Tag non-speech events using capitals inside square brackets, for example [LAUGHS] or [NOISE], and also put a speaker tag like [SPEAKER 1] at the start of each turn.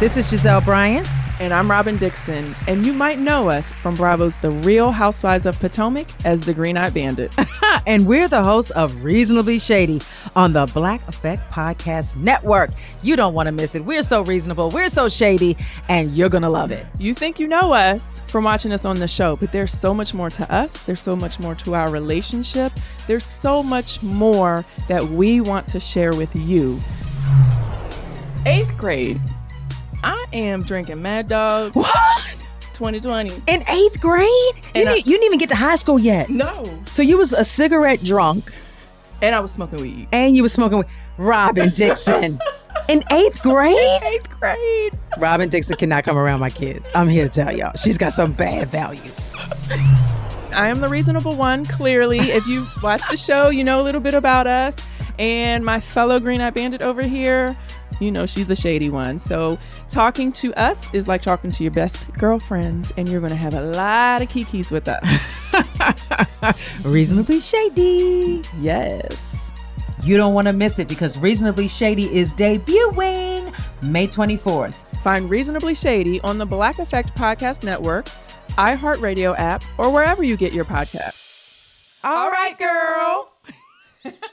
[SPEAKER 1] This is Giselle Bryant.
[SPEAKER 2] And I'm Robin Dixon, and you might know us from Bravo's The Real Housewives of Potomac as the Green Eyed Bandits. [LAUGHS]
[SPEAKER 1] and we're the hosts of Reasonably Shady on the Black Effect Podcast Network. You don't want to miss it. We're so reasonable, we're so shady, and you're going to love it.
[SPEAKER 2] you think you know us from watching us on the show, but there's so much more to us. There's so much more to our relationship. There's so much more that we want to share with you. Eighth grade, I am drinking Mad Dog
[SPEAKER 1] What?
[SPEAKER 2] 2020.
[SPEAKER 1] In eighth grade? You,
[SPEAKER 2] And I-
[SPEAKER 1] didn't, you didn't even get to high school yet.
[SPEAKER 2] No.
[SPEAKER 1] So you was a cigarette drunk
[SPEAKER 2] And I was smoking weed.
[SPEAKER 1] and you was smoking with
[SPEAKER 2] [LAUGHS]
[SPEAKER 1] Robin Dixon. In eighth grade?
[SPEAKER 2] Eighth grade.
[SPEAKER 1] Robin Dixon cannot come around my kids. I'm here to tell y'all. She's got some bad values. [LAUGHS]
[SPEAKER 2] I am the reasonable one, clearly. If you watch the show, you know a little bit about us. And my fellow Green Eye Bandit over here, you know she's the shady one. So talking to us is like talking to your best girlfriends, and you're going to have a lot of kikis with us.
[SPEAKER 1] Reasonably shady.
[SPEAKER 2] yes.
[SPEAKER 1] You don't want to miss it because Reasonably Shady is debuting May 24th.
[SPEAKER 2] Find Reasonably Shady on the Black Effect Podcast Network, iHeartRadio app, or wherever you get your podcasts.
[SPEAKER 1] All right, girl.